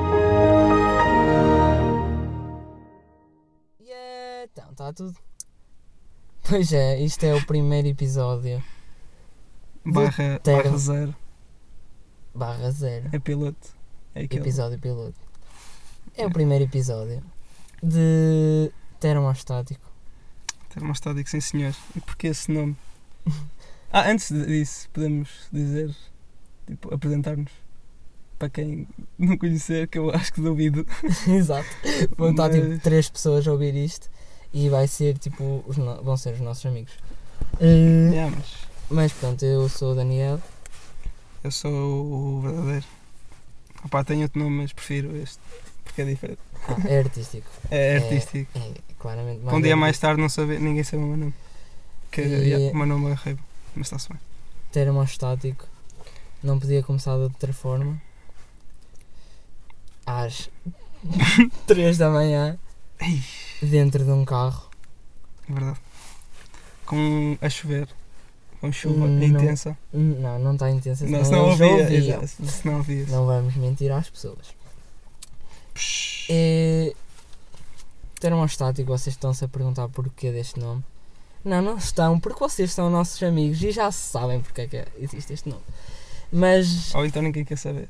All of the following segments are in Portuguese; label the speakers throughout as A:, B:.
A: está eh, então, tá tudo. Pois é, isto é o primeiro episódio.
B: Barra,
A: Terra.
B: barra zero.
A: Barra zero.
B: É piloto. É aquele.
A: Episódio piloto. É o primeiro episódio de termostático.
B: Termostático, sim senhor. E porquê esse nome? Ah, antes de- disso, podemos dizer, tipo, apresentar-nos. Para quem não conhecer, que eu acho que duvido.
A: Exato. Vão estar tipo
B: Mas-
A: três pessoas a ouvir isto e vai ser tipo. Os no- vão ser os nossos amigos. Uh,
B: Yeah, mas
A: Mas pronto, eu sou o Daniel.
B: eu sou o verdadeiro. Opá, tenho outro nome, mas prefiro este. Porque é diferente.
A: Ah, é artístico. É,
B: É artístico.
A: É claramente
B: Um dia mais tarde não saber, ninguém sabe o meu nome. Que,
A: E-
B: yeah, o meu nome é Rebo, mas está-se bem.
A: termostático um não podia começar de outra forma às 3 da manhã dentro de um carro
B: É verdade. Com a chover, com chuva
A: Hum, não.
B: intensa.
A: N- não, não está intensa senão
B: Não, se não
A: eles
B: ouvia.
A: ouviam.
B: exato, Se não ouvia.
A: não vamos mentir às pessoas
B: Psh.
A: é... termostático um vocês estão-se a perguntar porquê deste nome não, não estão, porque vocês são nossos amigos e já sabem porque é que existe este nome. Mas
B: Ou então ninguém quer saber.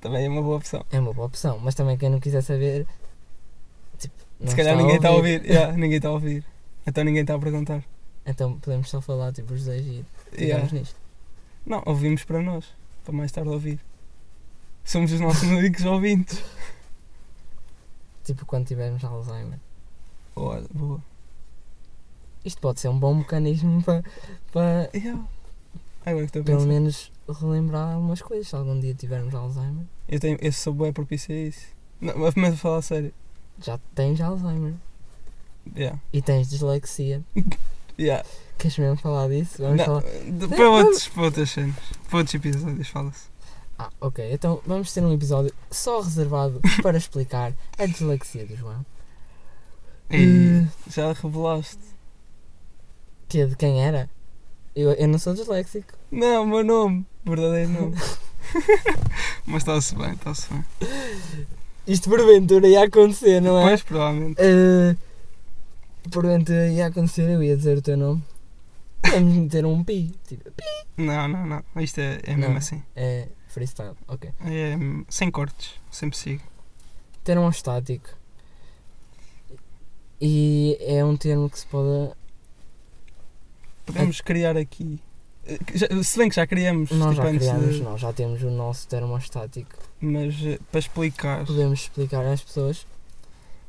B: Também é uma boa opção.
A: é uma boa opção. Mas também quem não quiser saber, tipo, não
B: se calhar
A: está
B: ninguém está a ouvir. Yeah, ninguém está a ouvir. Então ninguém está a perguntar.
A: Então podemos só falar tipo os dois e
B: Yeah.
A: ficamos nisto.
B: Não, ouvimos para nós. Para mais tarde ouvir. Somos os nossos únicos ouvintes.
A: Tipo quando tivermos Alzheimer.
B: Olha, boa.
A: Isto pode ser um bom mecanismo para, para
B: Yeah. Agora que estou a
A: pelo
B: pensar.
A: menos relembrar algumas coisas. Se algum dia tivermos Alzheimer,
B: Eu, tenho, eu sou bué propício a isso. Não, mas- mas a falar a sério.
A: já tens Alzheimer.
B: Yeah.
A: E tens dislexia.
B: Yeah.
A: Queres mesmo falar disso? Vamos
B: Não,
A: falar.
B: de- para, outros, para outras cenas. Para outros episódios, fala-se.
A: Ah, ok. Então vamos ter um episódio só reservado para explicar a dislexia do João. Eh.
B: E já revelaste.
A: Que é de quem era? Eu, eu não sou disléxico.
B: Não, meu nome. Verdadeiro nome. mas está-se bem, está-se bem.
A: Isto porventura ia acontecer, não é?
B: Pois, provavelmente.
A: Uh, porventura ia acontecer, eu ia dizer o teu nome. Vamos meter um pi. Tipo, pi.
B: Não, não, não. Isto é, é
A: Não.
B: mesmo assim.
A: É freestyle, ok.
B: É, hum, sem cortes. Sempre sigo.
A: Termo um estático. E é um termo que se pode.
B: Podemos criar aqui. eh, que já- Se bem que já criamos.
A: É. Nós
B: tipo,
A: já
B: antes
A: criámos,
B: de-
A: nós já temos o nosso termostático.
B: Mas eh, para explicar.
A: Podemos explicar às pessoas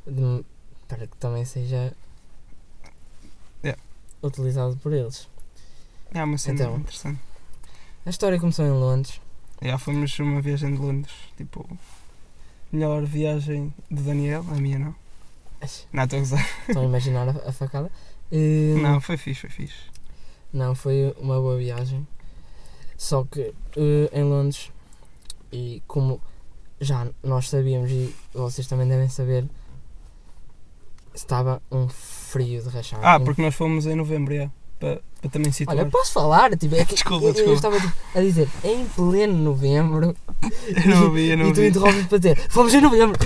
A: de- para que também seja
B: Yeah.
A: utilizado por eles.
B: É uma cena
A: Então.
B: interessante.
A: A história começou em Londres.
B: Já fomos uma viagem de Londres. Tipo. Melhor viagem do Daniel, a minha não. Não, estou a gozar.
A: Estão a imaginar a, a facada? Uh,
B: Não, foi fixe, foi fixe.
A: Não, foi uma boa viagem. Só que eh, em Londres, e como já nós sabíamos e vocês também devem saber, estava um frio de rachar.
B: Ah, porque nós fomos em novembro, já. Para, para também situar.
A: Olha, posso falar? Tipo, é que
B: Desculpa,
A: eu, eu
B: desculpa.
A: estava tipo, a dizer em pleno novembro
B: Eu não ouvi, eu não
A: e tu
B: ouvi.
A: interrompes para dizer fomos em novembro.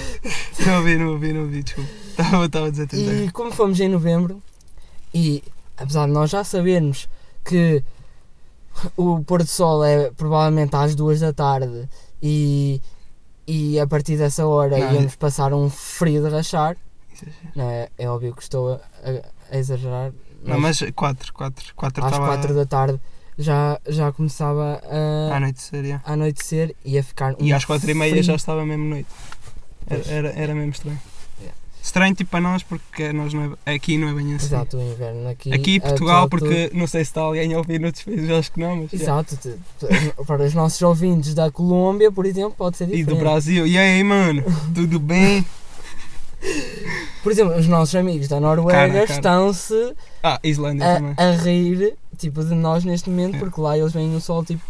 B: Não ouvi, não ouvi, não ouvi, desculpa. Estava, estava a dizer tentei.
A: E como fomos em novembro, e apesar de nós já sabermos que o pôr do sol é provavelmente às duas da tarde e, e a partir dessa hora
B: Não,
A: íamos passar um frio de rachar,
B: Exagero.
A: não é, é óbvio que estou a, a- a exagerar,
B: Não, mas 4, 4, 4
A: às
B: estava
A: quatro da tarde já, já começava
B: a
A: a,
B: anoitecer, já.
A: a anoitecer e a ficar um
B: Ah, E às 4 e meia
A: frio.
B: já estava mesmo noite. Era,
A: Pois.
B: era, era mesmo estranho.
A: Yeah.
B: Estranho tipo para nós, porque nós não é- aqui não é bem assim.
A: Exato, o inverno aqui.
B: Aqui em
A: apesar
B: Portugal,
A: de tudo-
B: porque não sei se está alguém a ouvir noutros países, acho que não, mas. yeah.
A: Exato, te- te- para os nossos ouvintes da Colômbia, por exemplo, pode ser
B: E
A: diferente.
B: do Brasil, e aí mano, tudo bem?
A: Por exemplo, os nossos amigos da
B: Cara,
A: Noruega
B: cara.
A: estão-se
B: Ah, Islândia também.
A: a, a rir tipo, de nós neste momento,
B: É.
A: porque lá eles vêm no sol tipo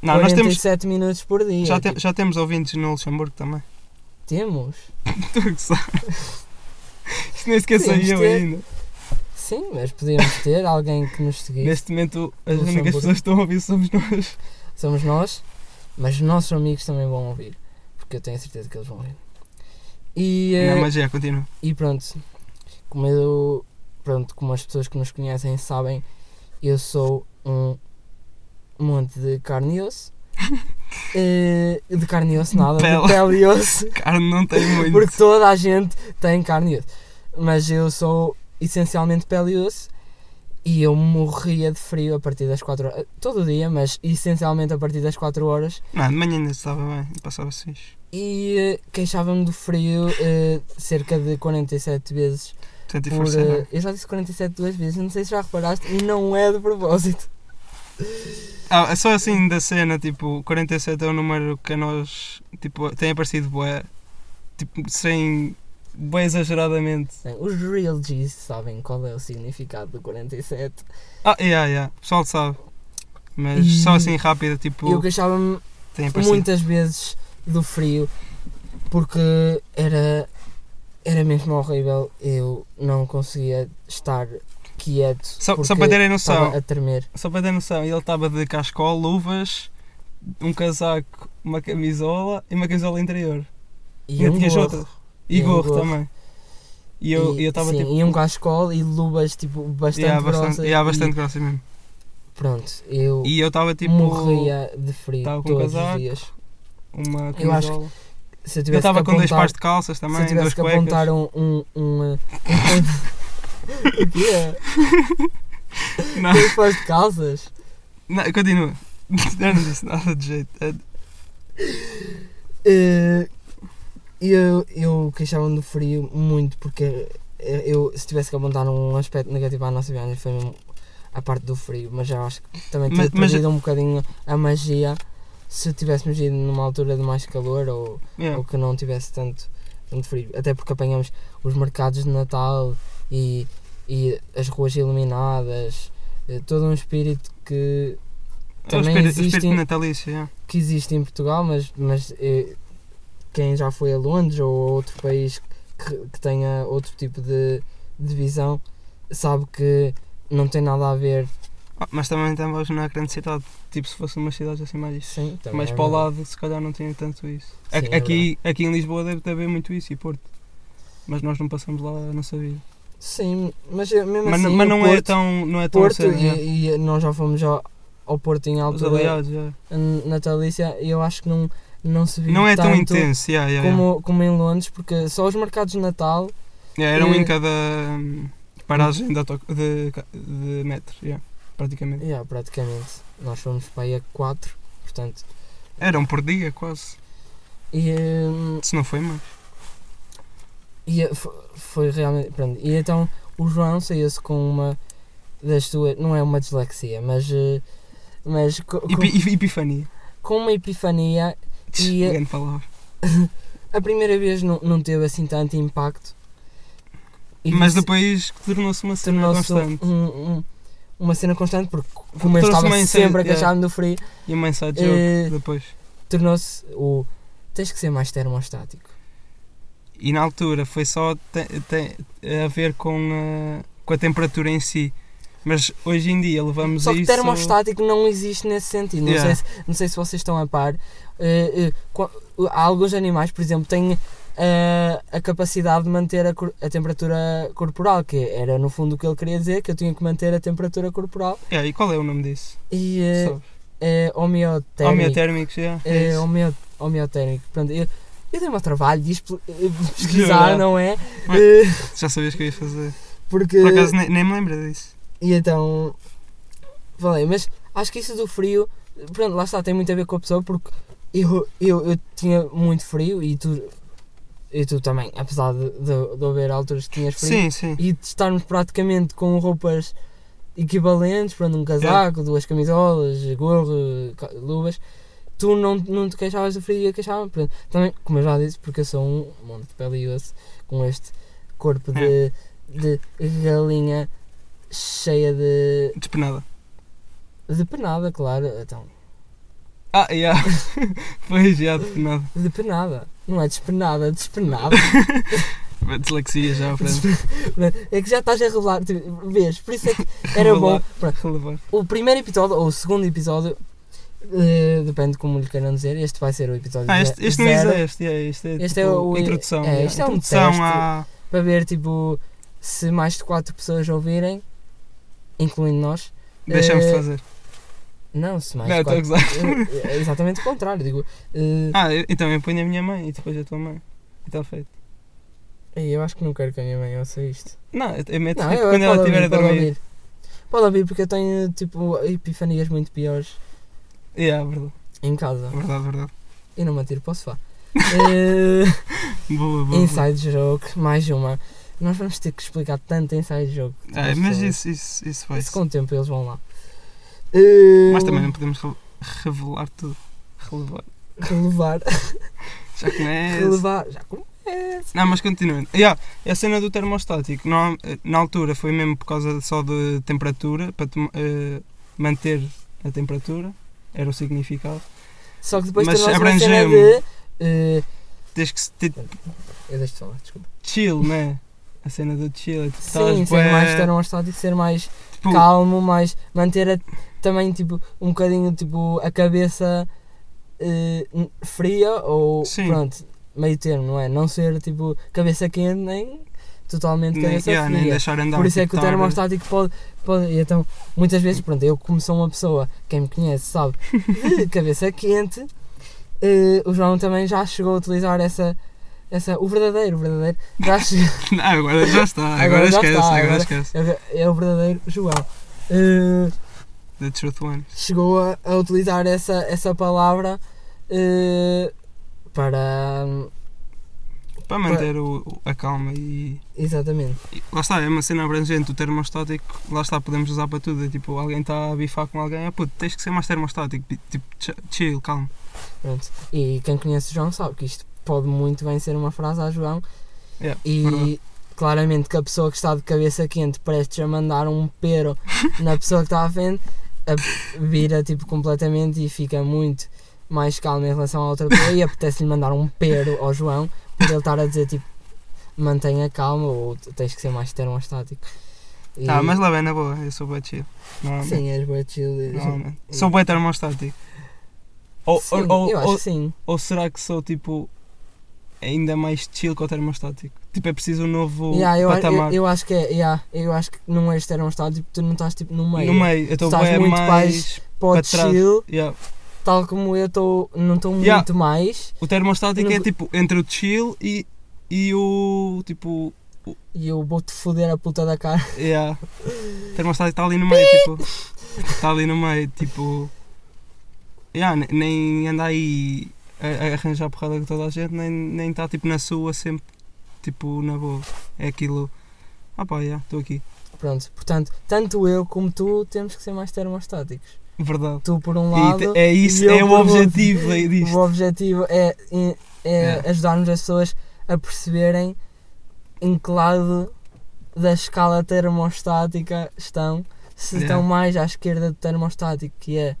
B: Não, nós temos,
A: 47 minutos por dia.
B: já, te-
A: tipo,
B: já temos ouvintes no Luxemburgo também.
A: temos.
B: Estou a gozar. Isto nem sequer
A: Podíamos
B: sei eu
A: ter.
B: ainda.
A: Sim, mas podemos ter alguém que nos seguir.
B: Neste momento, as
A: Luxemburgo.
B: únicas pessoas que estão a ouvir somos nós.
A: Somos nós, mas os nossos amigos também vão ouvir, porque eu tenho a certeza que eles vão ouvir. E, eh,
B: Não, mas já, continua.
A: E pronto, como eu pronto, como as pessoas que nos conhecem sabem, eu sou um monte de carne e osso. Eh, de carne e osso nada,
B: Pele.
A: de pele e osso.
B: Carne não tem muito.
A: Porque toda a gente tem carne e osso. Mas eu sou essencialmente pele e osso e eu morria de frio a partir das 4 horas. Todo o dia, mas essencialmente a partir das 4 horas.
B: Não, de manhã ainda estava bem, passava seis.
A: E eh, queixava-me do frio eh, cerca de 47 vezes.
B: Portanto, e
A: por,
B: força,
A: eh,
B: não. é?
A: eu já disse 47 duas vezes, eu não sei se já reparaste, e não é de propósito.
B: Ah, só assim da cena, tipo, 47 é o número que a nós, tipo, tem aparecido bué, tipo, sem, bué exageradamente.
A: Bem, Os Real Gs sabem qual é o significado do 47.
B: Ah, yeah, yeah, o pessoal sabe, mas
A: E-
B: só assim rápido,
A: E eu
B: tipo,
A: queixava-me
B: tem aparecido.
A: muitas vezes do frio porque era era mesmo horrível eu não conseguia estar quieto
B: Só,
A: porque
B: só para terem noção,
A: estava a tremer
B: só para ter noção, ele estava de cascol, luvas, um casaco, uma camisola e uma camisola interior.
A: e
B: Ainda
A: um
B: tinhas
A: gorro,
B: outra? E,
A: E um
B: gorro,
A: gorro.
B: também. E eu
A: e,
B: eu estava
A: sim,
B: tipo.
A: e um cascol e luvas tipo bastante
B: yeah, bastante,
A: grossas
B: yeah,
A: e
B: bastante grosso mesmo.
A: pronto eu
B: E eu estava tipo.
A: morria de frio
B: estava com
A: todos
B: casaco,
A: os dias
B: Uma
A: Eu acho
B: camisola.
A: se eu
B: Eu
A: tivesse
B: estava
A: que
B: com dois
A: apontar-
B: pares de calças
A: se eu
B: também, duas
A: tivesse que
B: cuecas.
A: apontar um um, um, uh, um- o que é
B: Não,
A: dois pares de calças
B: não, continua. Eu não disse nada de jeito. É,
A: Eh, eu, eu queixava-me do frio muito porque eh, eu se tivesse que apontar um aspecto negativo à nossa viagem foi mesmo a parte do frio, mas eu acho que também tinha
B: Mas- mas-
A: perdido um bocadinho a magia se tivéssemos ido numa altura de mais calor ou,
B: yeah.
A: ou que não tivesse tanto, tanto frio. Até porque apanhamos os mercados de Natal e, e as ruas iluminadas, eh, todo um espírito que
B: É o
A: também um-
B: espírito, o
A: existem-
B: espírito natalício. yeah.
A: que existe em Portugal, mas, mas eh, quem já foi a Londres ou a outro país que, que tenha outro tipo de, de visão sabe que não tem nada a ver.
B: Ah, mas também estávamos na grande cidade. Tipo, se fosse uma cidade assim mais.
A: Sim, também
B: mais
A: é
B: para o
A: verdade.
B: lado, se calhar não tinha tanto isso.
A: Sim,
B: Aqui-
A: é
B: aqui, aqui em Lisboa deve haver muito isso e Porto. Mas nós não passamos lá a nossa vida.
A: Sim, mas eu- mesmo
B: Mas,
A: assim.
B: mas
A: o
B: não,
A: Porto,
B: é tão, não é tão
A: Porto
B: sério. é.
A: e, e nós já fomos ao, ao Porto em
B: Os
A: altura
B: aliados, é.
A: n- natalícia e eu acho que não, não se viu
B: Não é tão
A: tanto
B: intenso, yeah, yeah, yeah.
A: como, como em Londres, porque só os mercados de Natal
B: Yeah, era um
A: eh,
B: em cada hum, paragem de, auto, de, ca- de metro, yeah, praticamente.
A: yeah, praticamente. Nós fomos para aí a 4, portanto.
B: Era um por dia, quase.
A: E, hum,
B: Se não foi mais.
A: E eh, fo- foi realmente. Pronto. E então o João saiu-se com uma das suas. Não é uma dislexia, mas. eh, Mas co- co-
B: Epi- ep- epifania.
A: com uma epifania. E, eh,
B: Grande palavra.
A: A primeira vez não, não teve assim tanto impacto. E
B: Mas
A: isso
B: depois tornou-se uma cena
A: tornou-se um-
B: constante.
A: um- um- uma cena constante, porque como eu
B: Trouxe
A: estava
B: uma incêndio,
A: sempre a
B: é.
A: queixar-me do frio,
B: E uma inside joke
A: eh,
B: depois.
A: tornou-se o. Tens que ser mais termostático.
B: E na altura foi só te- te- a ver com a, com a temperatura em si. Mas hoje em dia levamos
A: Só que
B: isso.
A: termostático não existe nesse sentido. Não,
B: Yeah.
A: sei, se, não sei se vocês estão a par. Eh, eh, qua- há alguns animais, por exemplo, têm eh, a capacidade de manter a, cor- a temperatura corporal, que era no fundo o que ele queria dizer, que eu tinha que manter a temperatura corporal.
B: É, e qual é o nome disso?
A: E eh,
B: Sabes?
A: é homeotérmico.
B: Homeotérmicos, yeah, é
A: É
B: isso.
A: homeo- homeotérmico. Pronto, eu, eu dei o meu trabalho de expl- eh, pesquisar,
B: Yeah.
A: não é?
B: Mas-
A: Eh,
B: Já sabias que eu ia fazer.
A: porque.
B: Por acaso nem, nem me lembro disso.
A: E então. Falei, mas acho que isso do frio. Pronto, lá está, tem muito a ver com a pessoa porque eu, eu, eu tinha muito frio e tu. E tu também, apesar de, de, de haver alturas que tinhas frio.
B: Sim, sim.
A: E de estarmos praticamente com roupas equivalentes, pronto, um casaco, duas camisolas, gorro, ca- luvas. Tu não, não te queixavas do frio e eu queixava pronto. Também, como eu já disse, porque eu sou um monte de pele e osso com este corpo de, de galinha cheia de,
B: Despenada.
A: de penada, claro. Então,
B: Ah, já. pois, já, despenada.
A: de penada. Não é despenada, despenada.
B: Dislexia já, pronto.
A: é que já estás a revelar, tipo, vês? Por isso é que era
B: Vou
A: bom.
B: lá
A: Pronto,
B: Relevar.
A: o primeiro episódio, ou o segundo episódio, eh, depende como lhe queiram dizer, este vai ser o episódio
B: Ah,
A: ze-
B: este, este não
A: zero,
B: existe, este, é, este é,
A: Este é
B: tipo,
A: o- é,
B: introdução. já.
A: este é um
B: introdução
A: teste.
B: à-
A: para ver tipo se mais de 4 pessoas ouvirem, incluindo nós,
B: Deixamos de
A: Eh,
B: fazer.
A: não, se mais
B: Não,
A: de
B: estou a
A: 4
B: gozar.
A: é exatamente o contrário, digo. eh,
B: Ah, eu- então eu ponho a minha mãe e depois a tua mãe. E está feito.
A: ei, eu acho que não quero que a minha mãe ouça isto.
B: Não, eu- eu meto
A: Não,
B: tipo,
A: eu,
B: quando ela
A: pode
B: estiver a
A: ouvir, pode
B: dormir.
A: ouvir. Pode ouvir porque eu tenho tipo epifanias muito piores
B: Yeah, verdade,
A: em casa
B: verdade, verdade.
A: e não me atiro para o sofá. Eh,
B: Boa, boa, boa.
A: inside joke, mais uma. Nós vamos ter que explicar tanto inside joke.
B: Ah, mas
A: Pessoas.
B: isso, isso, isso vai.
A: Isso com o tempo eles vão lá. Eh,
B: Mas também não podemos re- revelar tudo. Relevar.
A: Relevar.
B: Já começa.
A: Relevar. Já começa.
B: Não, mas continuando. Yeah, a cena do termostático, não, eh, na altura foi mesmo por causa só de temperatura, para tu- eh, manter a temperatura, era o significado.
A: Só que depois
B: Mas
A: tem mais uma cena
B: abrangemo.
A: de. eh,
B: Tens que se ter
A: eu deixo de falar, desculpa.
B: chill, né? A cena do chill, é tipo, estás
A: Sim, um ser
B: bué,
A: mais termostático, ser mais
B: tipo,
A: calmo, mais manter a- também tipo um bocadinho tipo a cabeça eh, n- fria ou
B: Sim.
A: pronto, meio termo, não é? Não ser tipo cabeça quente nem totalmente
B: nem,
A: cabeça
B: yeah, nem
A: fria.
B: deixar andar.
A: Por isso é
B: tipo,
A: que o
B: estar-
A: termostático pode, pode. e Então, muitas vezes, pronto, eu como sou uma pessoa, quem me conhece sabe, de cabeça quente, eh, o João também já chegou a utilizar essa. essa o verdadeiro, o verdadeiro. Já chegou,
B: Não, agora já está, agora,
A: já
B: esquece,
A: está,
B: agora,
A: agora-
B: esquece.
A: é o verdadeiro João. Eh,
B: The truth one.
A: chegou a, a utilizar essa, essa palavra eh, para. hum,
B: Para manter o- o- a calma e
A: Exatamente.
B: E Lá está, é uma cena abrangente, o termostático, lá está, podemos usar para tudo. É tipo, alguém está a bifar com alguém, ah puto, tens que ser mais termostático, pi- tipo, ch- chill, calmo.
A: Pronto. E quem conhece o João sabe que isto pode muito bem ser uma frase a João.
B: Yeah, é
A: e
B: verdade.
A: claramente que a pessoa que está de cabeça quente prestes a mandar um pero na pessoa que está à frente a- vira tipo completamente e fica muito mais calma em relação à outra pessoa e apetece-lhe mandar um pero ao João por ele estar a dizer tipo mantenha a calma ou tens que ser mais termostático. E-
B: Ah, mas lá bem, na boa, eu sou bem chill. Normalmente.
A: Sim, és bué chill. e-
B: normalmente.
A: e-
B: Sou bem termostático. Ou,
A: Sim,
B: ou, ou,
A: eu acho
B: ou-
A: que sim.
B: ou será que sou tipo ainda mais chill que o termostático? Tipo, é preciso um novo
A: Yeah, eu, a-
B: patamar.
A: eu, eu acho que é, yeah, eu acho que não és termostático, tipo, tu não estás tipo no meio.
B: no meio, eu estou
A: Estás
B: bem
A: muito
B: mais.
A: Podes
B: para trás.
A: chill,
B: Yeah.
A: tal como eu estou, não estou
B: Yeah.
A: muito mais.
B: O termostático
A: No-
B: é tipo entre o chill e, e o tipo
A: E eu vou-te foder a puta da cara.
B: Yeah. Termostático está ali no meio, tipo. Está ali no meio, tipo. Yeah, ne- nem anda aí a, a arranjar porrada com toda a gente, nem nem está tipo na sua, sempre tipo na boa. É aquilo. Ah pá, yeah, estou aqui.
A: Pronto, portanto, tanto eu como tu temos que ser mais termostáticos.
B: Verdade.
A: Tu por um
B: E
A: lado.
B: te- é isso,
A: e eu
B: é o
A: por outro.
B: objetivo aí disto.
A: O objetivo é, é,
B: Yeah.
A: ajudar-nos as pessoas a perceberem em que lado da escala termostática estão. Se
B: Yeah.
A: estão mais à esquerda do termostático, que é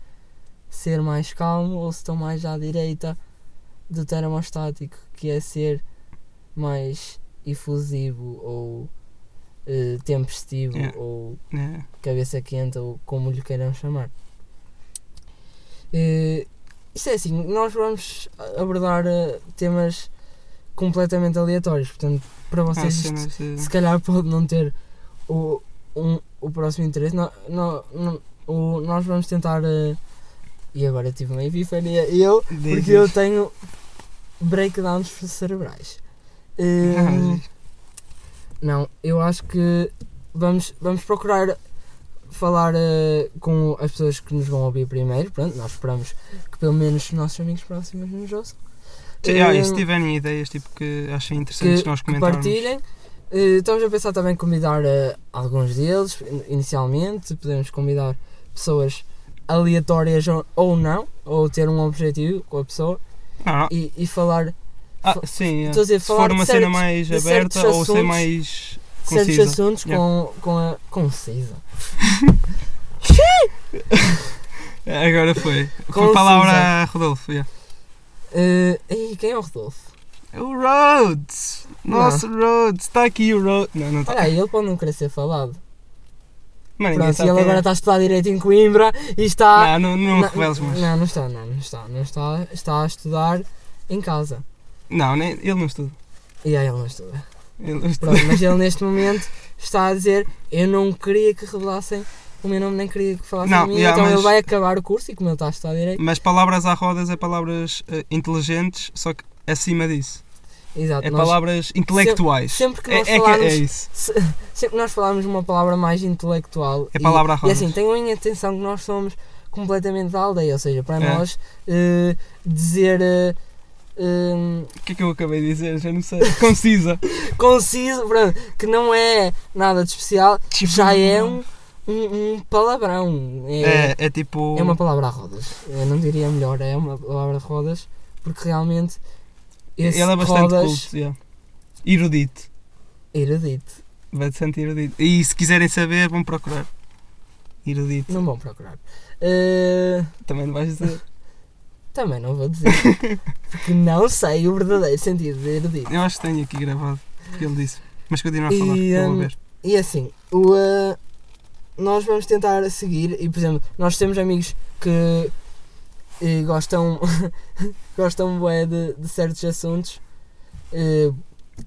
A: ser mais calmo, ou se estão mais à direita do termostático, que é ser mais efusivo ou eh, tempestivo
B: Yeah.
A: ou
B: Yeah.
A: cabeça quente ou como lhe queiram chamar. Eh, isso é assim, nós vamos abordar eh, temas completamente aleatórios, portanto, para
B: Ah,
A: vocês isto,
B: cenas de-
A: se calhar pode não ter o, um- o próximo interesse. Nó- nó- nó- o- nós vamos tentar. eh, e agora eu tive uma epifania. Eu,
B: de-
A: porque eu tenho breakdowns cerebrais. Eh,
B: Ah,
A: não, eu acho que vamos, vamos procurar falar eh, com as pessoas que nos vão ouvir primeiro. Pronto, nós esperamos que pelo menos os nossos amigos próximos nos ouçam.
B: Sim, yeah, e
A: Eh,
B: se tiverem ideias tipo, que achem interessantes
A: que,
B: que nós
A: que
B: comentarmos.
A: partilhem. Eh, estamos a pensar também em convidar eh, alguns deles, in- inicialmente. Podemos convidar pessoas aleatórias ou, ou não, ou ter um objetivo com a pessoa
B: Não, não,
A: e, e falar
B: Ah,
A: Fa-
B: sim, é.
A: estou a dizer,
B: se
A: falar
B: for
A: de
B: uma
A: certos-
B: cena mais
A: de certos
B: aberta ou ser
A: assuntos.
B: mais
A: certos
B: concisa.
A: assuntos
B: Yeah.
A: com, com a concisa.
B: eh, Agora foi. Com
A: Concisa.
B: a palavra Rodolfo. yeah.
A: Eh, e quem é o Rodolfo?
B: É O Rhodes! Nosso Rhodes! Está aqui o Rhodes! Não, não está.
A: Olha aí, ele pode não querer ser falado.
B: Mano, ninguém
A: Pronto, e
B: sabe
A: ele
B: quem é.
A: agora está a estudar direito em Coimbra e está.
B: Não, não, não, reveles mais. Não,
A: não, não está, não, não está, não está, está a estudar em casa.
B: nem, ele não estuda.
A: E aí ele não estuda.
B: Ele não estuda.
A: Pronto, mas ele neste momento está a dizer eu não queria que revelassem o meu nome, nem queria que falassem
B: Não,
A: de mim,
B: yeah,
A: então ele
B: mas-
A: vai acabar o curso e como ele está a estudar direito.
B: Mas palavras à rodas é palavras eh, inteligentes, só que acima disso.
A: Exato,
B: É
A: nós-
B: palavras intelectuais.
A: sempre que
B: é,
A: nós
B: é, que-
A: falarmos-
B: é isso.
A: se- sempre que nós falarmos uma palavra mais intelectual.
B: É palavra à
A: e, e
B: rodas.
A: assim, tenham em atenção que nós somos completamente da aldeia, ou seja, para
B: É.
A: nós eh, dizer. eh, eh,
B: O que é que eu acabei de dizer? Já não sei. Concisa.
A: conciso, pronto, que não é nada de especial,
B: Tipo
A: já é um, um, um palavrão. É, é.
B: É, é tipo.
A: uma palavra a rodas. Eu não diria melhor, é uma palavra a rodas, porque realmente esse
B: Ele é bastante
A: rodas
B: culto. yeah. Erudito.
A: erudito.
B: Bastante erudito. E se quiserem saber, vão procurar. Erudito.
A: Não vão procurar. Eh,
B: Também não vais dizer.
A: também não vou dizer, porque não sei o verdadeiro sentido de erudito.
B: Eu acho que tenho aqui gravado o que ele disse. Mas continua a falar.
A: E,
B: eu vou
A: hum,
B: ver.
A: E assim, o, eh, nós vamos tentar seguir e por exemplo, nós temos amigos que eh, gostam gostam bué de, de certos assuntos eh,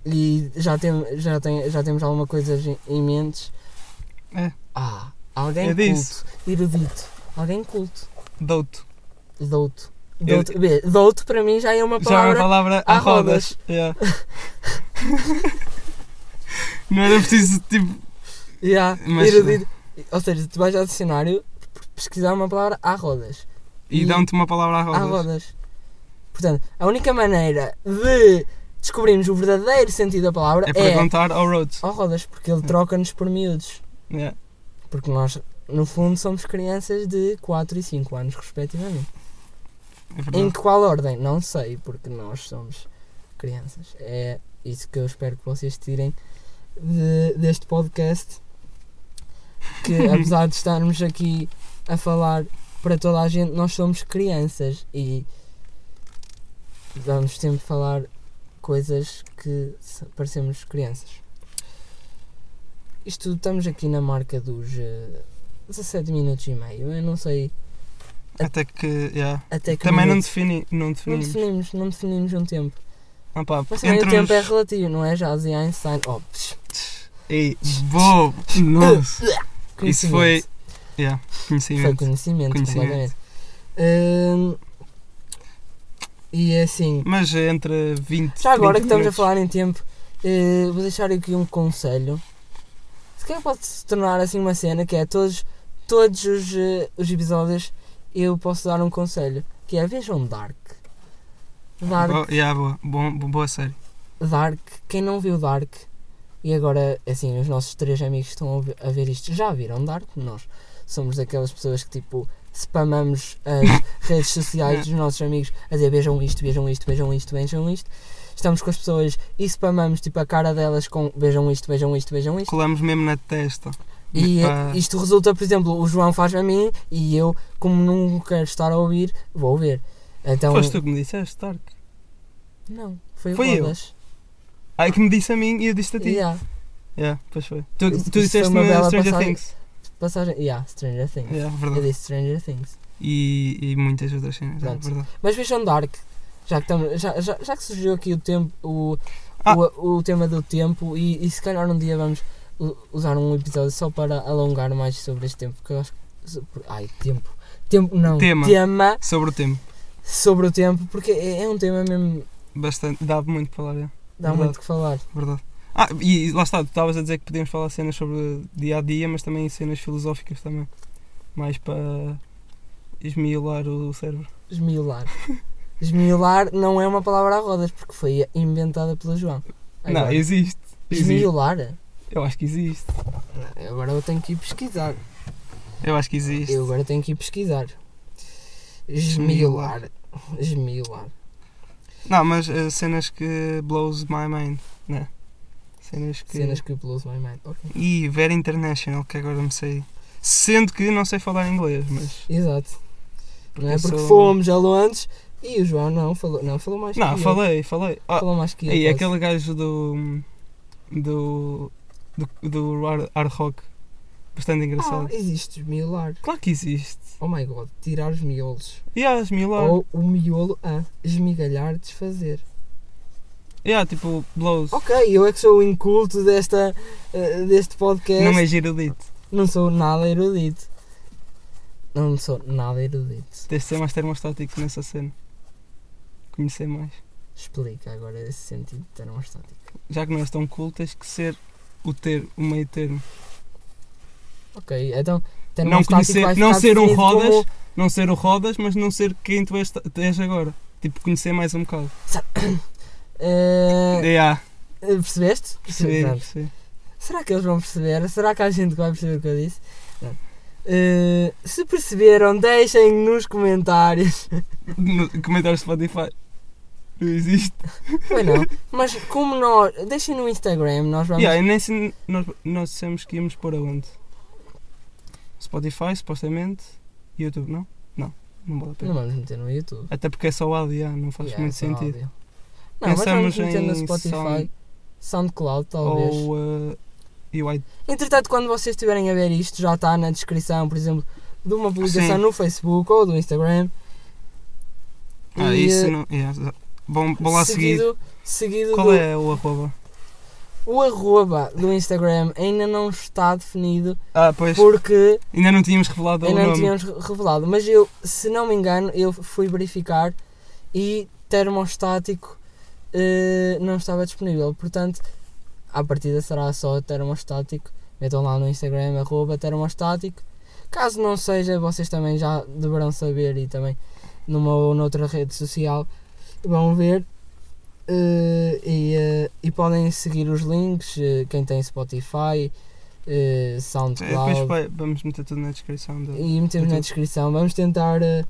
A: e já, tem, já, tem, já temos alguma coisa em- em mente.
B: É.
A: Ah, alguém
B: É
A: culto,
B: disso.
A: erudito, alguém culto,
B: Douto.
A: douto.
B: Eu-
A: Douto, bem, douto para mim já é uma
B: Já é uma
A: palavra.
B: palavra
A: à
B: a rodas. Yeah. não era preciso, tipo.
A: Já,
B: Mas-
A: erudito. Ou seja, tu vais ao dicionário pesquisar uma palavra à rodas.
B: E,
A: E-
B: dão-te uma palavra à
A: Há
B: rodas.
A: rodas. Portanto, a única maneira de descobrirmos o verdadeiro sentido da palavra
B: É
A: é,
B: perguntar ao Rhodes.
A: ao rodas, porque ele troca-nos por miúdos.
B: Yeah.
A: Porque nós, no fundo, somos crianças de 4 e 5 anos, respectivamente.
B: É
A: Em
B: verdade.
A: que qual ordem? Não sei, porque nós somos crianças. É isso que eu espero que vocês tirem de- deste podcast. Que apesar de estarmos aqui a falar para toda a gente, nós somos crianças e vamos sempre falar coisas que se- parecemos crianças. Isto tudo, estamos aqui na marca dos eh, 17 minutos e meio. Eu não sei
B: Até que. yeah.
A: até que
B: Também não,
A: minuto-
B: defini, não
A: não
B: definimos.
A: definimos, não definimos um tempo.
B: Ah, pá,
A: Mas também
B: entre
A: o tempo é
B: os...
A: relativo, não é? Já dizia Einstein. Oh, psh,
B: Ei, bobo! Nossa! Isso foi.
A: conhecimento.
B: Yeah,
A: Foi
B: conhecimento.
A: conhecimento,
B: Conhecimento.
A: completamente. Hum, e é assim.
B: Mas entre 20.
A: Já agora
B: 20
A: que estamos a
B: minutos.
A: falar em tempo, eh, vou deixar aqui um conselho. Se calhar pode se tornar assim uma cena que é todos, todos os, eh, os episódios eu posso dar um conselho. Que é vejam Dark. Dark
B: Bo- yeah, boa, bom, bo- boa série.
A: Dark, quem não viu Dark, e agora, assim, os nossos três amigos que estão a ver- a ver isto, já viram Dark? Nós somos daquelas pessoas que, tipo, spamamos as redes sociais dos nossos amigos a dizer vejam isto, vejam isto, vejam isto, vejam isto. Estamos com as pessoas e spamamos, tipo, a cara delas com vejam isto, vejam isto, vejam isto.
B: Colamos mesmo na testa.
A: E
B: Pá,
A: eh, isto resulta, por exemplo, o João faz a mim e eu, como não quero estar a ouvir, vou ouvir. Então,
B: Foste tu que me disseste, Dark.
A: não, foi o
B: Foi eu.
A: Rodas.
B: Ai, que me disse a mim e eu disse a ti. Yeah,
A: Yeah,
B: pois foi. Tu,
A: Isso-
B: tu
A: isso foi
B: disseste-me
A: uma bela
B: Stranger
A: passagem.
B: Things.
A: passagem. Yeah, Stranger Things.
B: Yeah,
A: Eu
B: verdade.
A: disse Stranger Things.
B: E, e muitas outras cenas, é
A: Pronto.
B: verdade.
A: Mas vejam Dark, já que, tamo- já, já, já que surgiu aqui o, tempo, o,
B: Ah.
A: o, o tema do tempo, e, e se calhar um dia vamos u- usar um episódio só para alongar mais sobre este tempo, porque eu acho que. so- por- Ai, tempo. Tempo não.
B: Tema. Sobre o tempo.
A: sobre o tempo, porque é, é um tema mesmo.
B: Bastante. Dá muito para falar, é.
A: dá
B: Verdade.
A: muito que falar.
B: Verdade. Ah, e lá está, tu estavas a dizer que podíamos falar cenas sobre dia a dia, mas também cenas filosóficas também. Mais para esmiular o cérebro.
A: Esmiular. Esmiular não é uma palavra a rodas, porque foi inventada pelo João.
B: não,
A: Agora,
B: existe. existe.
A: esmiular?
B: Eu acho que existe.
A: Não, agora eu tenho que ir pesquisar.
B: Eu acho que existe.
A: Eu agora tenho que ir pesquisar. Esmilar.
B: Esmiular.
A: Esmilar.
B: Não, mas eh, cenas que blows my mind, né? Cenas que.
A: Cenas que blows my mind. Ok.
B: E very international, que agora me sei. Sendo que não sei falar inglês, mas.
A: Exato. Não é?
B: eu
A: Porque
B: sou-
A: fomos a Londres e o João não falou, não, falou mais
B: Não,
A: que é? eu.
B: falei, falei. Ah,
A: Falou mais que eu.
B: E
A: quase.
B: aquele gajo do. do. do, do hard, hard rock. Bastante engraçado.
A: Ah, existe esmiular.
B: Claro que existe.
A: Oh my god, tirar os miolos. Oh.
B: E há as Milar.
A: Ou o miolo a esmigalhar, desfazer.
B: Yeah, tipo, blows.
A: Ok, eu é que sou o inculto desta, eh, deste podcast.
B: Não é girudito.
A: Não sou nada erudito. Não sou nada erudito.
B: Tens de ser mais termostático nessa cena. Conhecer mais.
A: Explica agora esse sentido de termostático.
B: Já que não és tão cool, tens que ser o ter, o meio termo.
A: Ok, então
B: Não
A: termostático
B: conhecer-
A: vai
B: não
A: ficar
B: ser um
A: definido
B: Rodas.
A: como-
B: Não ser o Rodas, mas não ser quem tu és, és agora. Tipo, conhecer mais um bocado.
A: Eh,
B: Yeah,
A: percebeste?
B: percebi,
A: Pronto.
B: percebi.
A: Será que eles vão perceber? Será que há gente que vai perceber o que eu disse? Não. Eh, se perceberam, deixem nos comentários.
B: No- Comentários de Spotify. Não existe.
A: Pois não, mas como nós. Deixem no Instagram, nós vamos.
B: Yeah, e nem se nós, nós dissemos que íamos pôr aonde? Spotify, supostamente. YouTube, não? Não, não vale a pena.
A: Não vamos meter no YouTube.
B: Até porque é só áudio, yeah, não faz
A: Yeah, é
B: muito
A: só
B: sentido.
A: áudio. Não, mas
B: Pensamos
A: vamos meter no
B: em
A: Spotify,
B: Sound-
A: SoundCloud, talvez.
B: Ou uh, e o i-
A: Entretanto, quando vocês estiverem a ver isto, já está na descrição, por exemplo, de uma publicação
B: Sim.
A: no Facebook ou do Instagram.
B: Ah,
A: E,
B: isso
A: eh,
B: não. Yeah, exa- vão, vão lá seguir.
A: seguido, seguido
B: Qual
A: do,
B: é o arroba?
A: o arroba do Instagram ainda não está definido
B: Ah, pois.
A: porque
B: Ainda não tínhamos revelado o
A: ainda não
B: nome.
A: tínhamos re- revelado. Mas eu, se não me engano, eu fui verificar e termostático eh, não estava disponível. Portanto, à partida será só termostático. Metam lá no Instagram, arroba termostático. Caso não seja, vocês também já deverão saber e também numa ou noutra rede social vão ver. Eh, e, eh, e podem seguir os links, eh, quem tem Spotify, eh,
B: É,
A: SoundCloud,
B: depois vai- vamos meter tudo na descrição. Do...
A: e metemos na
B: Então-
A: descrição. Vamos tentar. eh,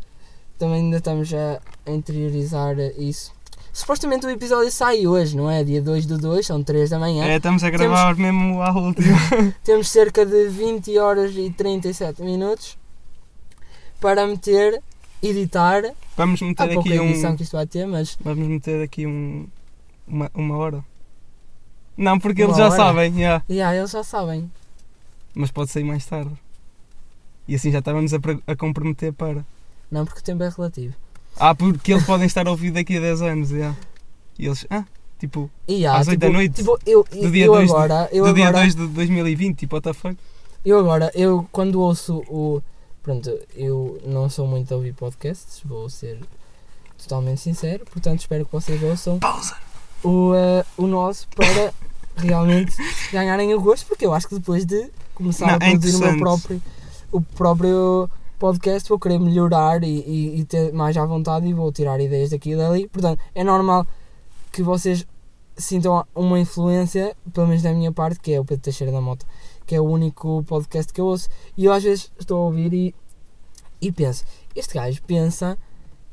A: também ainda estamos a interiorizar eh, isso. Supostamente o episódio sai hoje, não é? Dia 2 do 2, são 3 da manhã.
B: É, estamos a gravar mesmo à última.
A: Temos cerca de 20 horas e 37 minutos para meter, editar.
B: Vamos
A: Há
B: meter
A: Ah, pouca
B: aqui
A: edição
B: um.
A: que isto vai ter, mas
B: Vamos meter aqui um. Uma, uma hora. Não, porque eles
A: Uma
B: já
A: hora?
B: sabem, yeah.
A: yeah, eles já sabem.
B: mas pode sair mais tarde. E assim já estávamos a, pre- a comprometer para.
A: Não, porque o tempo é relativo.
B: Ah, porque eles podem estar a ouvir daqui a 10 anos. Yeah. E eles, ah, tipo,
A: E há,
B: Às oito
A: tipo,
B: da noite?
A: Tipo, eu,
B: Do dia
A: eu
B: dois de-
A: agora. eu
B: do dia
A: agora-
B: 2 de 2020, tipo, what the fuck?
A: Eu agora, eu quando ouço o. Pronto, eu não sou muito a ouvir podcasts, vou ser totalmente sincero, portanto espero que vocês ouçam
B: Pausa!
A: o, eh, o nosso para realmente ganharem o gosto, porque eu acho que depois de começar
B: Não,
A: a
B: é
A: produzir o meu
B: interessante.
A: próprio, o próprio podcast vou querer melhorar e, e- e ter mais à vontade e vou tirar ideias daqui e dali. Portanto, é normal que vocês sintam uma influência, pelo menos da minha parte, que é o Pedro Teixeira da Mota, que é o único podcast que eu ouço. E eu às vezes estou a ouvir e, e penso, este gajo pensa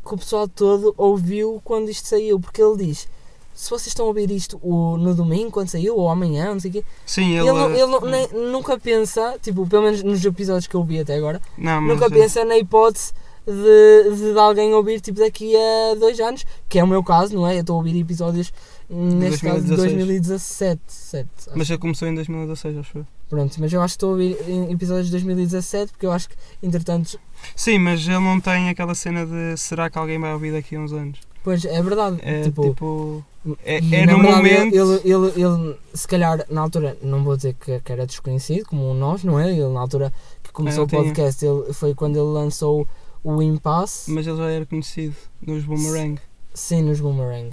A: que o pessoal todo ouviu quando isto saiu, porque ele diz. Se vocês estão a ouvir isto o- no domingo, quando saiu, ou amanhã, não sei o quê,
B: Sim, ele.
A: ele, não- ele não- nem- nunca pensa, tipo, pelo menos nos episódios que eu vi até agora,
B: Não, mas
A: nunca
B: é-
A: pensa na hipótese de, de, alguém ouvir tipo, daqui a dois anos, que é o meu caso, não é? Eu estou a ouvir episódios, hum, neste caso, de 2017. sete, acho.
B: Mas já começou em 2016, acho eu.
A: Pronto, mas eu acho que estou a ouvir em episódios de 2017, porque eu acho que, entretanto,
B: Sim, mas ele não tem aquela cena de será que alguém vai ouvir daqui a uns anos?
A: pois é verdade.
B: É
A: tipo,
B: tipo. é
A: e,
B: é
A: na
B: no
A: verdade,
B: momento.
A: Ele, ele, ele, se calhar, na altura, não vou dizer que, que era desconhecido, como nós, não é? Ele, na altura que começou o
B: não Ah, tinha.
A: podcast, ele, foi quando ele lançou o Impasse,
B: Mas ele já era conhecido nos Boomerang.
A: sim, nos Boomerang.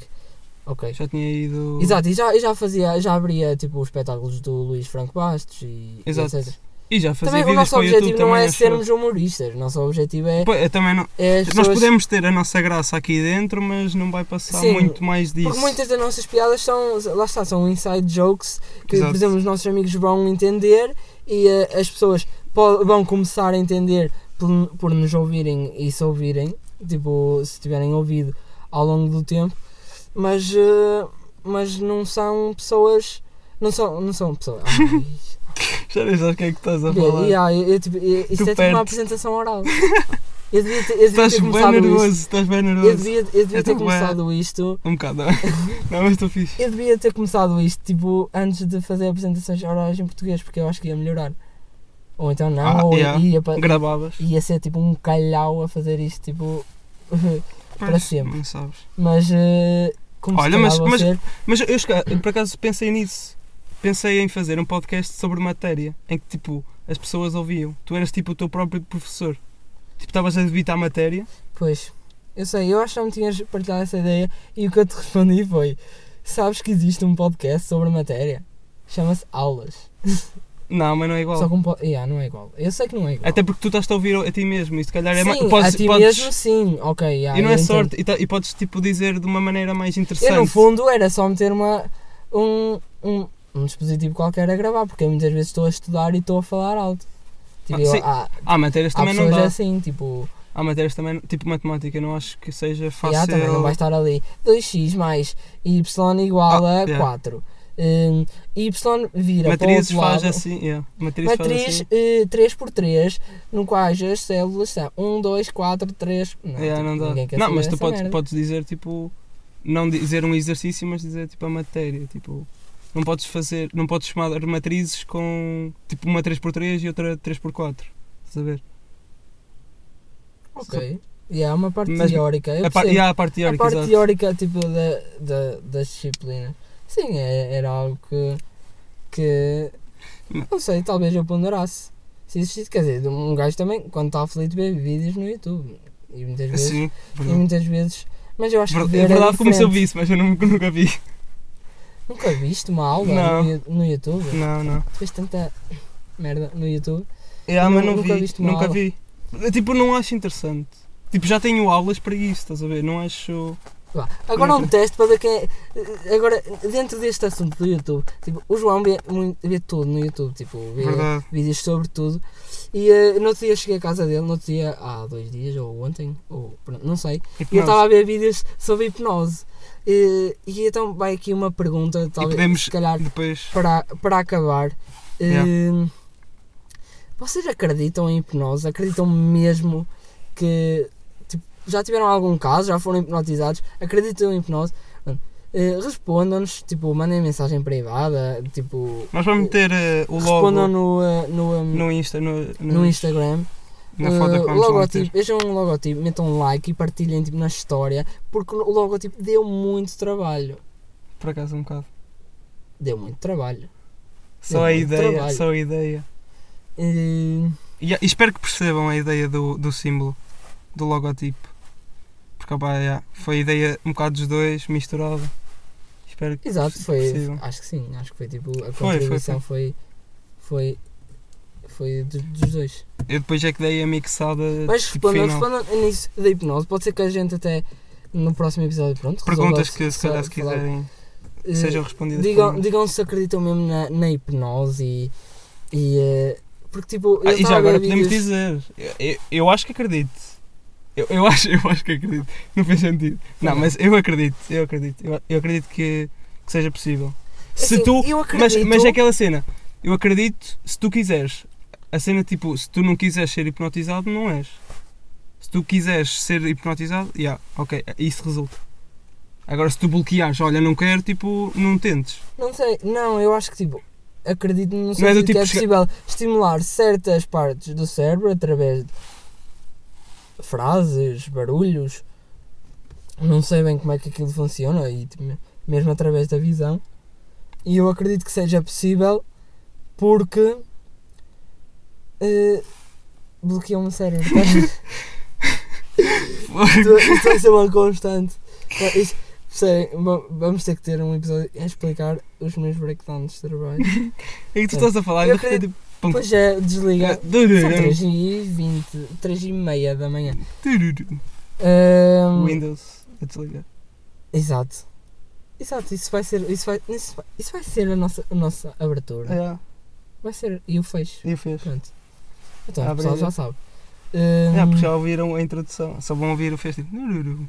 A: Ok.
B: Já tinha ido.
A: Exato, e já, e já fazia, já abria tipo os espetáculos do Luís Franco Bastos e, e
B: Exato.
A: etc.
B: E já fazia
A: Também o
B: vídeos
A: nosso
B: para o
A: objetivo
B: YouTube
A: não
B: também,
A: é
B: acho
A: sermos humoristas, o nosso objetivo é,
B: eu. Pô, eu também não.
A: é as
B: Nós
A: pessoas.
B: podemos ter a nossa graça aqui dentro, mas não vai passar
A: Sim,
B: muito mais disso.
A: Porque muitas das nossas piadas são, lá está, são inside jokes que,
B: Exato.
A: por exemplo, os nossos amigos vão entender e eh, as pessoas po- vão começar a entender por, por nos ouvirem e se ouvirem, tipo, se tiverem ouvido ao longo do tempo, mas, eh, mas não são pessoas. Não são, não são pessoas. Ai,
B: Já nem sabes o que é que estás a
A: Bem,
B: falar.
A: yeah, eu- eu, tipo, eu- isto é tipo
B: perdes.
A: uma apresentação oral. Eu devia ter, eu devia
B: Estás
A: ter
B: bem
A: começado
B: nervoso, É tipo,
A: isto.
B: estás bem
A: Eu
B: nervoso.
A: devia, eu devia ter
B: Eu tô bem.
A: começado isto.
B: Um bocado. não, mas estou fixe.
A: Eu devia ter começado isto tipo antes de fazer apresentações orais em português, porque eu acho que ia melhorar. Ou então não,
B: Ah,
A: ou
B: yeah.
A: ia, pa-
B: Gravavas.
A: ia ser tipo um calhau a fazer isto tipo.
B: Pois,
A: sempre.
B: Não sabes.
A: Mas eh, como
B: Olha,
A: se calhar
B: mas-
A: vou
B: mas-
A: ser.
B: Mas eu, chega- por acaso pensei nisso. Pensei em fazer um podcast sobre matéria em que tipo as pessoas ouviam. Tu eras tipo o teu próprio professor. Tipo, estavas a debitar a matéria.
A: Pois, eu sei, eu acho que não me tinhas partilhado essa ideia e o que eu te respondi foi: Sabes que existe um podcast sobre a matéria? Chama-se Aulas.
B: Não, mas não é
A: Só
B: igual.
A: que um po- yeah, não é igual. Eu sei que não é igual.
B: Até porque tu estás a ouvir a ti mesmo e se calhar é mais.
A: sim,
B: podes-
A: a ti
B: podes-
A: mesmo, sim. Ok, yeah,
B: E não
A: eu
B: é
A: entendo.
B: sorte. E, ta- e podes tipo dizer de uma maneira mais interessante.
A: Eu, no fundo, era só meter uma, um, um, um dispositivo qualquer a gravar, porque eu muitas vezes estou a estudar e estou a falar alto. Tipo,
B: Ah,
A: eu-
B: sim.
A: há,
B: Há matérias
A: há
B: também não
A: pessoas
B: dá.
A: assim, tipo,
B: Há matérias também, tipo matemática, não acho que seja
A: já
B: fácil.
A: também não vai estar ali 2x mais y igual
B: Ah,
A: a
B: yeah.
A: 4. Hum, y vira
B: Matrizes
A: para o outro
B: faz
A: lado.
B: assim. Yeah. Matriz faz
A: Matriz
B: assim.
A: eh, 3x3, no quais as células são 1, 2, 4, 3. Não,
B: Yeah,
A: tipo,
B: não dá.
A: ninguém quer
B: Não,
A: saber
B: mas tu
A: essa
B: podes,
A: merda.
B: podes dizer tipo. Não dizer um exercício, mas dizer tipo a matéria. Tipo, não podes fazer. Não podes chamar matrizes com tipo uma 3x3 e outra 3x4. Estás a ver?
A: Ok. Yeah, uma parte
B: Mas-
A: teórica. Eu
B: A, par,
A: percebo.
B: yeah, a parte teórica,
A: a parte
B: exato.
A: teórica tipo da, da, das disciplinas. Sim, é- era algo que, que não sei, talvez eu ponderasse. Se existisse, quer dizer, um gajo também, quando está aflito, vê vídeos no YouTube. E muitas vezes.
B: Sim, é
A: e
B: verdade.
A: muitas vezes. Mas eu acho que
B: Ver-
A: ver
B: É verdade como se eu
A: diferente.
B: visse, mas eu nunca, nunca vi.
A: Nunca viste uma aula
B: Não.
A: no, Yu- no YouTube?
B: Não, não.
A: Fez tanta merda no YouTube.
B: Yeah, mas
A: Nu-
B: não
A: nunca
B: vi,
A: viste uma
B: nunca
A: aula?
B: vi. Eu, Tipo, não acho interessante. Tipo, já tenho aulas para isso, estás a ver? Não acho.
A: Vá, Agora há um
B: Nunca.
A: teste para ver quem é. Agora, dentro deste assunto do YouTube, tipo, o João vê, muito- vê tudo no YouTube, tipo, vê
B: Verdade.
A: vídeos sobre tudo. E eh, no outro dia cheguei à casa dele, no outro dia, há dois dias, ou ontem, ou pronto, não sei, e eu
B: Hipnose.
A: estava a ver vídeos sobre hipnose. E, e então vai aqui uma pergunta, talvez,
B: podemos-
A: se calhar,
B: Depois.
A: para, para acabar.
B: Yeah.
A: Eh, vocês acreditam em hipnose? Acreditam mesmo que tipo, já tiveram algum caso, já foram hipnotizados? Acreditam em hipnose? Mano, eh, Respondam-nos, tipo, mandem mensagem privada, tipo,
B: Nós vamos meter eh, o logo
A: respondam no, eh, no, eh,
B: no Insta. No, no-
A: no Instagram.
B: Na foto
A: Eh,
B: que vamos lá meter.
A: logotipo, vejam um logotipo, metam um like e partilhem tipo, na história, porque o logotipo deu muito trabalho.
B: Por acaso, um bocado.
A: Deu muito trabalho.
B: Só a
A: muito
B: ideia,
A: É, um trabalho.
B: só a ideia.
A: Eh,
B: E, e espero que percebam a ideia do, do símbolo, do logotipo. Porque, opá, yeah, foi a ideia um bocado dos dois, misturada. Espero que
A: Exato,
B: perce-
A: foi.
B: percebam.
A: Acho que sim, acho que foi tipo. A
B: foi,
A: contribuição foi. Foi. Foi, do- dos dois.
B: Eu depois é que dei a mixada.
A: Mas
B: tipo,
A: respondam,
B: final.
A: respondam nisso da hipnose. Pode ser que a gente até no próximo episódio, pronto.
B: Perguntas
A: resolva
B: que, se calhar, se
A: falar-
B: quiserem,
A: eh,
B: sejam respondidas.
A: Digam,
B: por-
A: digam se acreditam mesmo na, na hipnose e. e eh, porque tipo. eu
B: Ah, e
A: estava
B: já
A: a ver
B: agora podemos
A: vídeos-
B: dizer. Eu, eu- eu acho que acredito. Eu, eu acho, eu acho que acredito. Não fez sentido. Não, mas eu acredito. Eu acredito. Eu, eu acredito que, que seja possível. se
A: Assim,
B: tu.
A: eu
B: Mas,
A: acredito,
B: mas é aquela cena. Eu acredito se tu quiseres. A cena tipo, se tu não quiseres ser hipnotizado, não és. Se tu quiseres ser hipnotizado, já, ok, isso resulta. Agora se tu bloqueares, olha, não quero, tipo, não tentes.
A: Não sei, não, eu acho que tipo. Acredito no sentido
B: é do
A: que
B: tipo
A: é
B: chega-
A: possível estimular certas partes do cérebro através de frases, barulhos. Não sei bem como é que aquilo funciona e tipo, mesmo através da visão. E eu acredito que seja possível porque eh, bloqueou-me o cérebro. isto, isto vai ser uma constante. Isto, sei, va- vamos ter que ter um episódio a explicar os meus breakdowns de trabalho.
B: É que tu estás a falar,
A: Eu
B: eu
A: acredito-
B: tipo.
A: Pois é, desliga. São
B: Tururu,
A: 3 e 20, 3 e meia da manhã.
B: tururu.
A: Ahm,
B: Windows, a desligar.
A: exato. Exato, isso vai ser, isso vai, isso vai, isso vai ser a, nossa, a nossa abertura.
B: É,
A: Vai ser, e o fecho.
B: e fez.
A: Pronto. Então,
B: A
A: o pessoal
B: abrir.
A: já sabe.
B: É,
A: Ahm,
B: porque já ouviram a introdução, só vão ouvir o fez tipo. tururu.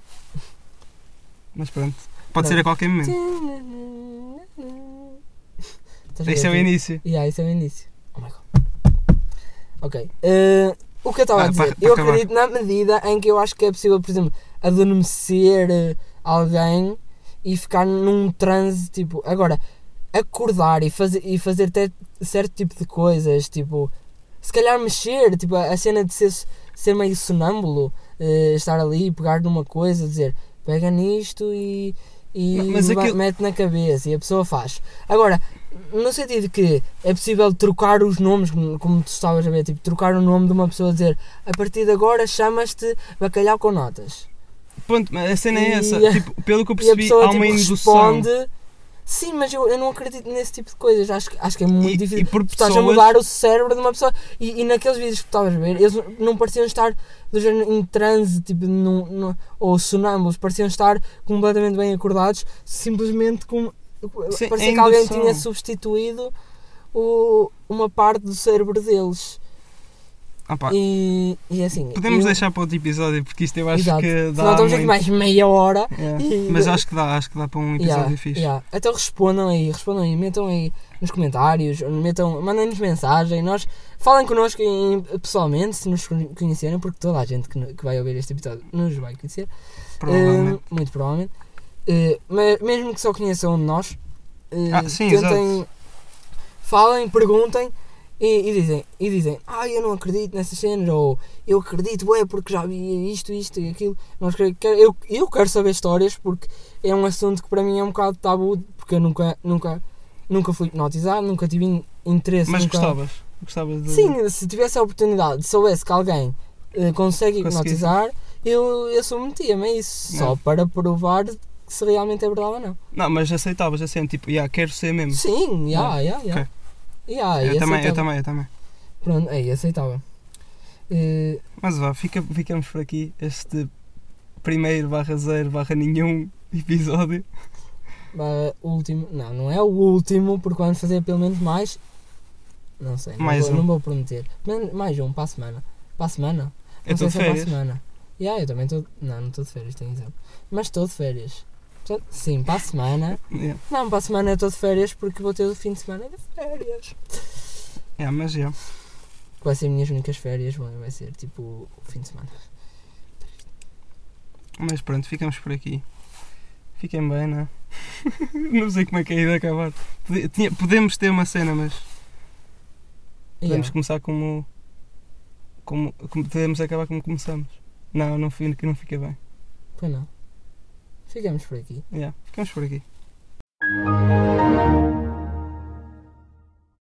B: Mas pronto, pode ser a qualquer
A: é
B: momento.
A: Estás a
B: Este é o
A: ver?
B: início.
A: Yeah, isso é o início. Oh my god. Ok. eh, o que eu estava
B: Ah,
A: a dizer?
B: para- para
A: eu
B: acabar.
A: acredito na medida em que eu acho que é possível, por exemplo, adormecer eh, alguém e ficar num transe tipo. Agora, acordar e fazer, e fazer até certo tipo de coisas, tipo. Se calhar mexer, tipo, a a cena de ser, ser meio sonâmbulo, eh, estar ali, pegar numa coisa, dizer pega nisto e, e
B: Não, mas
A: ba-
B: aquilo-
A: mete na cabeça e a pessoa faz. Agora, no sentido que é possível trocar os nomes, como, como tu estavas a ver, tipo, trocar o nome de uma pessoa e dizer a partir de agora chamas-te bacalhau com notas.
B: Ponto, mas a cena é
A: E
B: essa.
A: a-
B: Tipo, pelo que
A: E
B: eu
A: a
B: percebi,
A: pessoa
B: há uma
A: tipo,
B: indução.
A: responde. Sim, mas eu, eu não acredito nesse tipo de coisas. Acho, que- acho que é muito
B: e,
A: difícil.
B: e por
A: Tu estás
B: pessoas,
A: a mudar o cérebro de uma pessoa. E, e naqueles vídeos que tu estavas a ver, eles não pareciam estar do género em transe, tipo, num, num- ou sonâmbulos, pareciam estar completamente bem acordados, simplesmente com.
B: Sim,
A: parecia
B: é
A: que alguém
B: indução.
A: tinha substituído o, uma parte do cérebro deles.
B: Ah pá,
A: E, e assim.
B: podemos
A: eu-
B: deixar para outro episódio, porque isto eu acho
A: Exato.
B: que
A: Senão
B: dá.
A: estamos aqui
B: muito-
A: mais meia hora.
B: É,
A: e-
B: Mas acho que dá, acho que dá para um episódio
A: Yeah,
B: fixe.
A: yeah. Então respondam aí, respondam aí, metam aí nos comentários, ou metam, mandem-nos mensagem, nós falem connosco em- pessoalmente se nos con- conhecerem, porque toda a gente que, no- que vai ouvir este episódio nos vai conhecer.
B: Provavelmente.
A: Eh, muito provavelmente. Eh, mas mesmo que só conheçam um de nós, eh,
B: Ah, sim,
A: tentem falem, perguntem e, e dizem, e dizem, ah, eu não acredito nessas cenas, ou eu acredito, é porque já vi isto, isto e aquilo. Nós quer- quer- eu, eu quero saber histórias porque é um assunto que para mim é um bocado tabu, porque eu nunca, nunca, nunca fui hipnotizado, nunca tive in- interesse.
B: Mas
A: nunca...
B: gostavas? Gostavas de.
A: Sim, se tivesse a oportunidade, se soubesse que alguém eh, consegue
B: Conseguisse.
A: hipnotizar, eu, eu submetia-me a isso,
B: É.
A: só para provar se realmente é verdade ou não.
B: Não, mas aceitavas assim, tipo, yeah, quero ser mesmo.
A: Sim, já, já,
B: Hum. Ok.
A: já. Já,
B: eu
A: e
B: também, eu
A: aceitava.
B: também, eu também.
A: Pronto, aí aceitava. Eh,
B: Mas vá, fica- ficamos por aqui este primeiro barra zero barra nenhum episódio.
A: bah, último, não, não é o último, porque vamos fazer pelo menos mais. Não sei, não,
B: Mais
A: vou,
B: um.
A: não vou prometer. Mas Mais um, para a semana. Para a semana?
B: Eu
A: não sei
B: estou de
A: se é para a
B: férias.
A: semana. Yeah, eu também estou. Não, não estou de férias, tenho exame. Mas estou de férias. Portanto, Sim, para a semana.
B: Yeah,
A: Não, para a semana eu estou de férias porque vou ter o fim de semana de férias.
B: yeah, mas yeah.
A: Que Vai ser as minhas únicas férias, bom, vai ser tipo o fim de semana.
B: Mas pronto, ficamos por aqui. Fiquem bem, não é? Não sei como é que é de acabar. Pode- tinha- Podemos ter uma cena, mas podemos
A: Yeah.
B: começar como, como, como- Podemos acabar como começamos. Não, não, fi- não fica bem.
A: Pois não. Ficamos por aqui.
B: Yeah, ficamos por aqui.